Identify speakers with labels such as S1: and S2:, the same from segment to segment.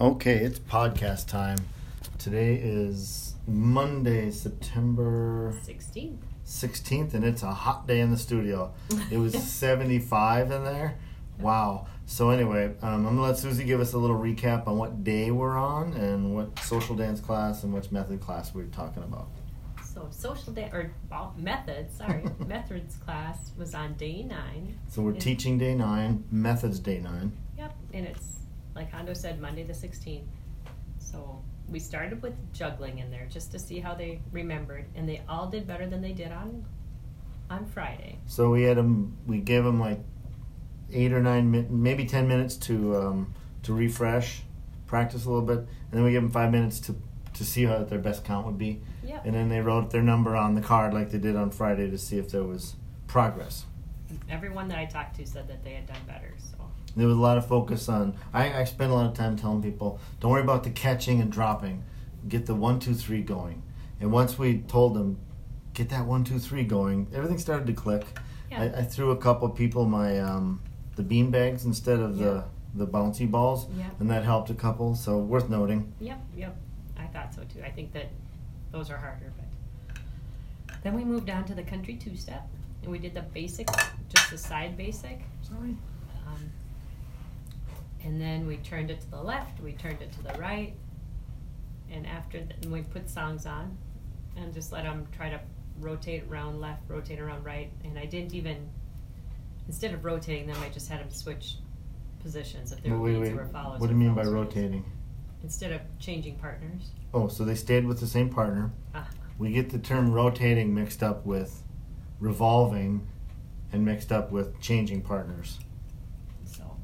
S1: Okay, it's podcast time. Today is Monday, September
S2: 16th.
S1: 16th, and it's a hot day in the studio. It was 75 in there. Wow. So, anyway, um, I'm going to let Susie give us a little recap on what day we're on and what social dance class and which method class we're talking about.
S2: So social day or well, methods, sorry, methods class was on day nine.
S1: So, we're
S2: Yeah.
S1: teaching day nine, methods day nine.
S2: Yep, and it's like Hondo said, Monday the 16th. So we started with juggling in there just to see how they remembered, and they all did better than they did on on Friday.
S1: So we had them. We gave them like eight or nine, min- maybe ten minutes to um, to refresh, practice a little bit, and then we gave them five minutes to to see how their best count would be.
S2: Yep.
S1: And then they wrote their number on the card like they did on Friday to see if there was progress.
S2: Everyone that I talked to said that they had done better. So
S1: There was a lot of focus on. I, I spend a lot of time telling people, don't worry about the catching and dropping, get the one two three going. And once we told them, get that one two three going, everything started to click.
S2: Yeah.
S1: I, I threw a couple people my um, the bean bags instead of
S2: Yeah.
S1: the the bouncy balls,
S2: Yeah.
S1: and that helped a couple. So worth noting.
S2: Yep, yep. I thought so too. I think that those are harder, but then we moved on to the country two step and we did the basic, just the side basic.
S1: Sorry.
S2: Um, and then we turned it to the left, we turned it to the right. And after th- and we put songs on and just let them try to rotate around left, rotate around right. And I didn't even, instead of rotating them, I just had them switch positions if they were
S1: Wait, wait,
S2: leads
S1: wait.
S2: or follows.
S1: What do
S2: or
S1: you mean by
S2: follows leads.
S1: rotating?
S2: Instead of changing partners.
S1: Oh, so they stayed with the same partner.
S2: Ah,
S1: We get the term rotating mixed up with revolving and mixed up with changing partners.
S2: so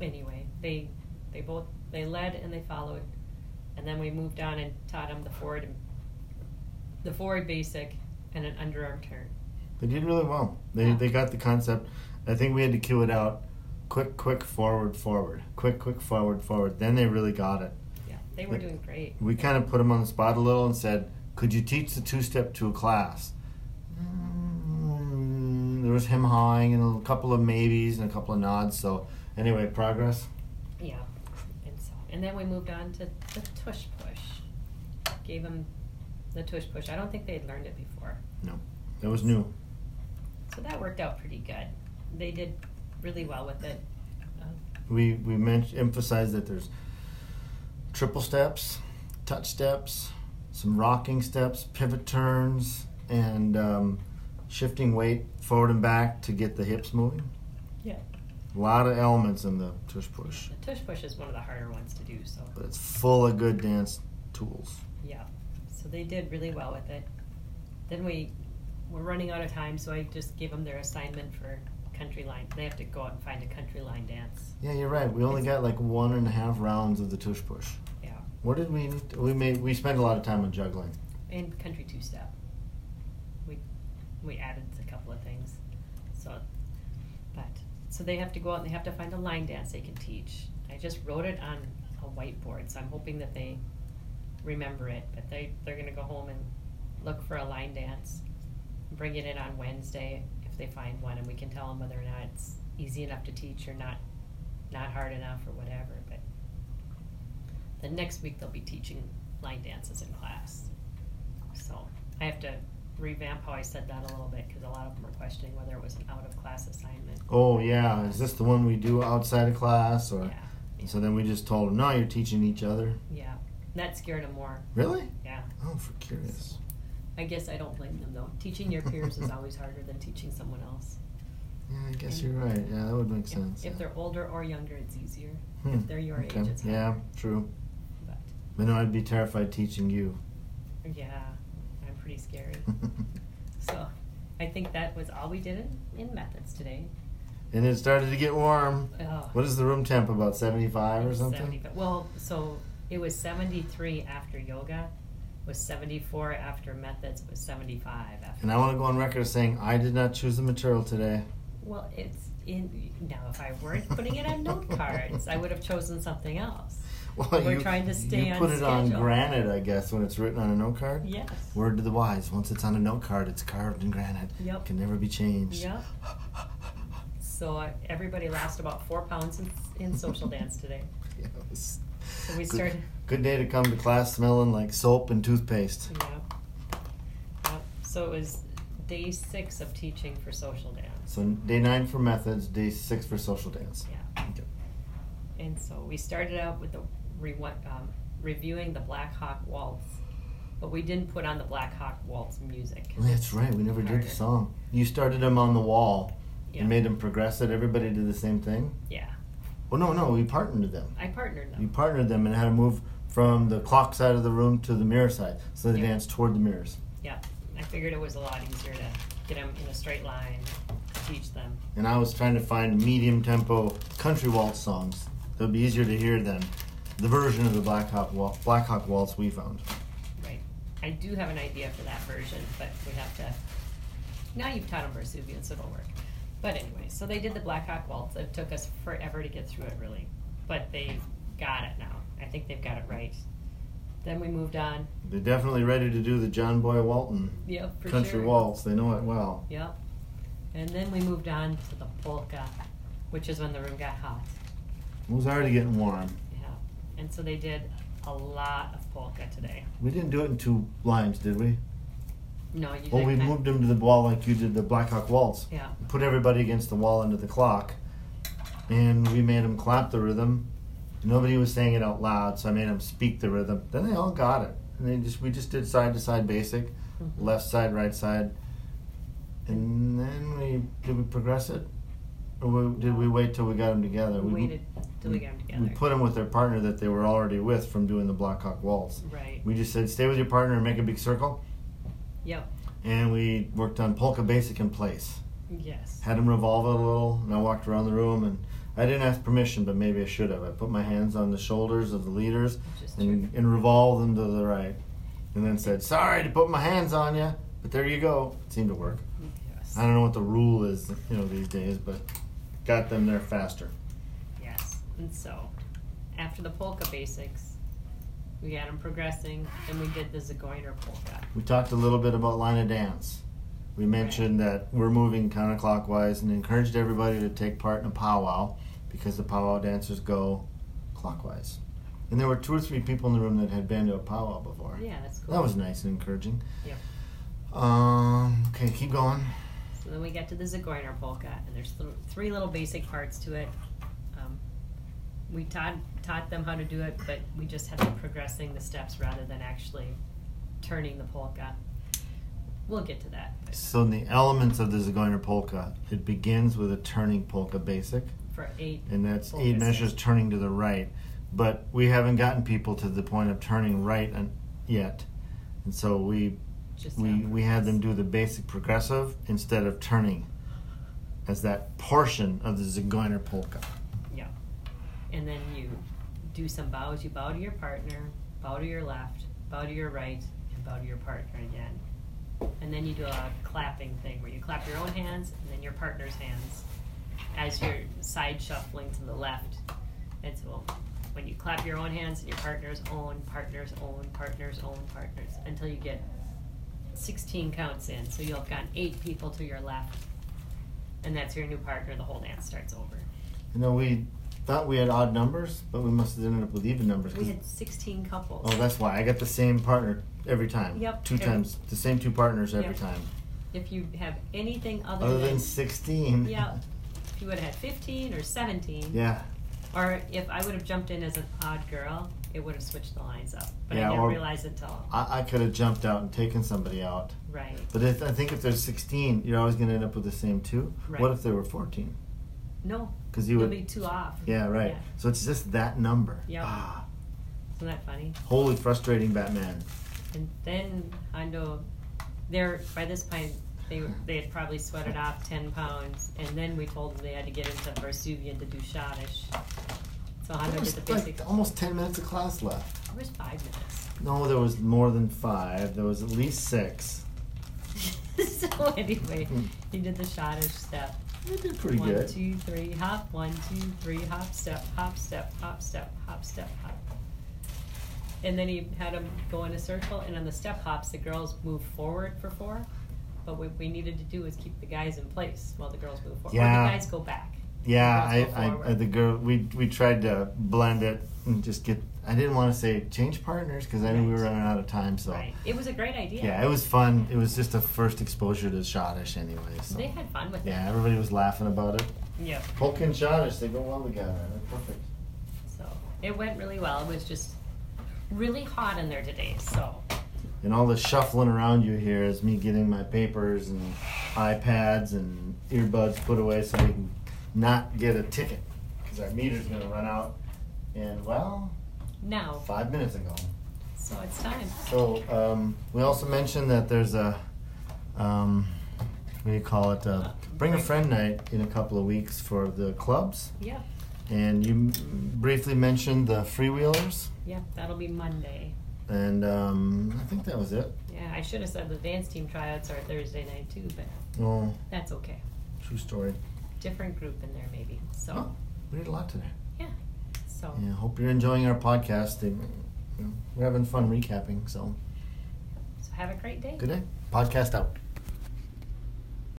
S2: anyway, they they both they led and they followed, and then we moved on and taught them the forward and the forward basic and an underarm turn.
S1: They did really well. They,
S2: Yeah.
S1: they got the concept. I think we had to cue it out quick, quick, forward, forward, quick, quick, forward, forward. Then they really got it.
S2: Yeah, they were
S1: Like-
S2: doing great.
S1: We kind of put them on the spot a little and said, Could you teach the two step to a class? Mm, There was him hawing and a couple of maybes and a couple of nods. So, anyway, progress.
S2: Yeah, and so and then we moved on to the tush push. Gave them the tush push. I don't think they had learned it before,
S1: No, that was new.
S2: so that worked out pretty good. They did really well with it. Uh,
S1: we we mentioned emphasized that there's triple steps, touch steps, some rocking steps, pivot turns, and um, shifting weight forward and back to get the hips moving.
S2: yeah.
S1: A lot of elements in the tush push,
S2: The tush push is one of the harder ones to do. So.
S1: but it's full of good dance tools.
S2: Yeah, so they did really well with it. Then we were running out of time, so I just gave them their assignment for country line. They have to go out and find a country line dance.
S1: Yeah, you're right. We only got like one and a half rounds of the tush push.
S2: Yeah,
S1: What did we need? To, we made we spent a lot of time on juggling.
S2: and country two step. We we added a couple of things. So, but so they have to go out and they have to find a line dance they can teach. I just wrote it on a whiteboard, so I'm hoping that they remember it. But they they're gonna go home and look for a line dance, bring it in on Wednesday if they find one, and we can tell them whether or not it's easy enough to teach or not, not hard enough or whatever. But the next week they'll be teaching line dances in class. So I have to revamp how I said that a little bit because a lot of them were questioning whether it was an out of class assignment.
S1: Oh yeah, is this the one we do outside of class or?
S2: Yeah,
S1: So then we just told them, no, you're teaching each other.
S2: yeah. That scared them more.
S1: Really?
S2: Yeah.
S1: Oh, for curious.
S2: I guess I don't blame them though. Teaching your peers is always harder than teaching someone else.
S1: Yeah, I guess
S2: Yeah.
S1: you're right. Yeah, that would make
S2: If,
S1: sense.
S2: if
S1: yeah.
S2: they're older or younger, it's easier.
S1: Hmm,
S2: If they're your
S1: okay.
S2: age, it's harder.
S1: yeah, true.
S2: But
S1: I know I'd be terrified teaching you.
S2: yeah, I'm pretty scary. so I think that was all we did in, in methods today.
S1: and it started to get warm.
S2: Oh.
S1: What is the room temp? About seventy-five or something?
S2: 75 well, so it was 73 after yoga, was 74 after methods, was 75 after.
S1: And I want to go on record as saying I did not choose the material today.
S2: Well, it's in now. If I weren't putting it on note cards, I would have chosen something else.
S1: Well,
S2: We're
S1: you,
S2: trying to stay
S1: you
S2: on
S1: put it on
S2: schedule.
S1: granite, I guess, when it's written on a note card.
S2: Yes.
S1: Word to the wise: once it's on a note card, it's carved in granite.
S2: Yep.
S1: Can never be changed.
S2: Yep. So I, everybody lost about four pounds in, in social dance today.
S1: Yes.
S2: So we
S1: Good-
S2: started.
S1: Good day to come to class smelling like soap and toothpaste.
S2: Yeah. Yep. So it was day six of teaching for social dance.
S1: So day nine for methods, day six for social dance.
S2: Yeah.
S1: Okay.
S2: And so we started out with the re- um, reviewing the Black Hawk Waltz, but we didn't put on the Black Hawk Waltz music.
S1: That's right. We never did
S2: Harder.
S1: the song. You started them on the wall
S2: Yeah.
S1: and made them progressive. Everybody did the same thing.
S2: Yeah.
S1: Well, no, no. We partnered them.
S2: I partnered
S1: We
S2: them.
S1: partnered them and had to move from the clock side of the room to the mirror side, so they
S2: Yeah.
S1: danced toward the mirrors.
S2: Yeah. I figured it was a lot easier to get them in a straight line, teach them.
S1: And I was trying to find medium tempo country waltz songs. They'll be easier to hear than the version of the Black Hawk, Wal- Black Hawk waltz we found.
S2: Right. I do have an idea for that version, but we have to. Now you've taught them Marsupial, so it'll work. But anyway, so they did the Black Hawk Waltz. It took us forever to get through it, really. But they got it now. I think they've got it right. Then we moved on.
S1: They're definitely ready to do the John Boy Walton
S2: Yeah, for
S1: country
S2: sure.
S1: waltz. They know it well.
S2: Yep. And then we moved on to the polka, which is when the room got hot.
S1: It was already getting warm.
S2: Yeah. And so they did a lot of polka today.
S1: We didn't do it in two lines, did we?
S2: No, you
S1: Well,
S2: did
S1: we
S2: kind-
S1: moved them to the wall like you did the Black Hawk waltz.
S2: Yeah.
S1: Put everybody against the wall under the clock, and we made them clap the rhythm. Nobody was saying it out loud, so I made them speak the rhythm. Then they all got it, and they just we just did side to side basic,
S2: Mhm.
S1: left side, right side, and then we did we progress it, or we, did we wait till we got them together?
S2: We waited till we got them together.
S1: We put them with their partner that they were already with from doing the Black Hawk waltz.
S2: Right.
S1: We just said stay with your partner and make a big circle,
S2: Yep.
S1: and we worked on polka basic in place
S2: Yes.
S1: had him revolve it a little, and I walked around the room, and I didn't ask permission, but maybe I should have. I put my hands on the shoulders of the leaders
S2: Just
S1: and, and revolved them to the right, and then said, "Sorry to put my hands on you, but there you go." It seemed to work.
S2: Yes.
S1: I don't know what the rule is, you know, these days, but got them there faster.
S2: Yes. And so, after the polka basics, we got them progressing, and we did the Zagoiner polka.
S1: We talked a little bit about line of dance. We mentioned that we're moving counterclockwise and encouraged everybody to take part in a powwow because the powwow dancers go clockwise. And there were two or three people in the room that had been to a powwow before.
S2: Yeah, that's cool.
S1: That was nice and encouraging.
S2: Yep.
S1: Um, okay, keep going.
S2: So then we got to the Zagoiner polka, and there's th- three little basic parts to it. Um, we taught taught them how to do it, but we just had them progressing the steps rather than actually turning the polka. We'll get to that. But
S1: So, in the elements of the Zagoiner polka, it begins with a turning polka basic.
S2: for eight,
S1: and that's
S2: Full
S1: eight
S2: distance.
S1: measures turning to the right. But we haven't gotten people to the point of turning right and yet, and so we
S2: just
S1: we
S2: now.
S1: we had them do the basic progressive instead of turning, as that portion of the Zagoiner polka.
S2: Yeah. And then you do some bows. You bow to your partner, bow to your left, bow to your right, and bow to your partner again. And then you do a clapping thing where you clap your own hands and then your partner's hands as you're side shuffling to the left. And so when you clap your own hands and your partner's own, partner's own, partner's own, partner's, until you get 16 counts in. So you'll have gotten eight people to your left. And that's your new partner. The whole dance starts over.
S1: You know, we thought we had odd numbers, but we must have ended up with even numbers. 'cause-
S2: We had 16 couples.
S1: oh, that's why I got the same partner every time.
S2: Yep,
S1: Two
S2: every-
S1: times, the same two partners every
S2: Yep.
S1: time.
S2: If you have anything other,
S1: Other
S2: than,
S1: than sixteen.
S2: yeah, if you would have had 15 or 17,
S1: Yeah.
S2: or if I would have jumped in as an odd girl, it would have switched the lines up. But
S1: Yeah,
S2: I didn't
S1: or-
S2: realize until
S1: I, I could have jumped out and taken somebody out.
S2: right.
S1: But if, I think if there's 16, you're always going to end up with the same two.
S2: Right.
S1: What if there were 14?
S2: No,
S1: Because you
S2: you'll
S1: would.
S2: be two off.
S1: yeah, right.
S2: Yeah.
S1: So it's just that number.
S2: Yep.
S1: Ah,
S2: Isn't that funny?
S1: holy frustrating Batman.
S2: And then Hondo, there by this point they they had probably sweated off 10 pounds, and then we told them they had to get into Varsuvian to do Schottish. So Hondo
S1: There
S2: did
S1: was
S2: the basic.
S1: like almost 10 minutes of class left.
S2: There was five minutes.
S1: No, there was more than five. There was at least six.
S2: so anyway,
S1: Hmm.
S2: he did the shottish step.
S1: I did pretty
S2: One,
S1: good.
S2: two, three, hop. One, two, three, hop, step, hop, step, hop, step, hop, step, hop. And then he had them go in a circle, and on the step hops, the girls move forward for four. But what we needed to do was keep the guys in place while the girls move forward. Or
S1: Yeah.
S2: the guys go back.
S1: Yeah,
S2: Let's go
S1: I, I, I,
S2: forward.
S1: the girl, we, we tried to blend it and just get, I didn't want to say change partners because I knew we were
S2: Right.
S1: running out of time. So
S2: Right. It was a great idea.
S1: yeah, it was fun. It was just a first exposure to Shottish anyway. So.
S2: They had fun with
S1: yeah, everybody was laughing about it.
S2: it. Yeah.
S1: Polk and Shottish, they go well together. They're perfect.
S2: So it went really well. It was just really hot in there today. So
S1: And all the shuffling around you here is me getting my papers and iPads and earbuds put away so we can not get a ticket because our meter's going to run out in, well,
S2: now,
S1: five minutes ago.
S2: so it's time.
S1: So um, we also mentioned that there's a um, what do you call it? Uh, bring a friend night in a couple of weeks for the clubs,
S2: Yeah.
S1: and you m- briefly mentioned the freewheelers,
S2: Yeah. That'll be Monday.
S1: and um, I think that was it.
S2: Yeah. I should have said the dance team tryouts are Thursday night too, but
S1: Oh,
S2: that's okay.
S1: true story.
S2: Different group in there maybe. So
S1: Oh, we did a lot today.
S2: yeah. So
S1: Yeah, hope you're enjoying our podcast. They- We're having fun recapping, so
S2: so have a great day.
S1: good day. Podcast out.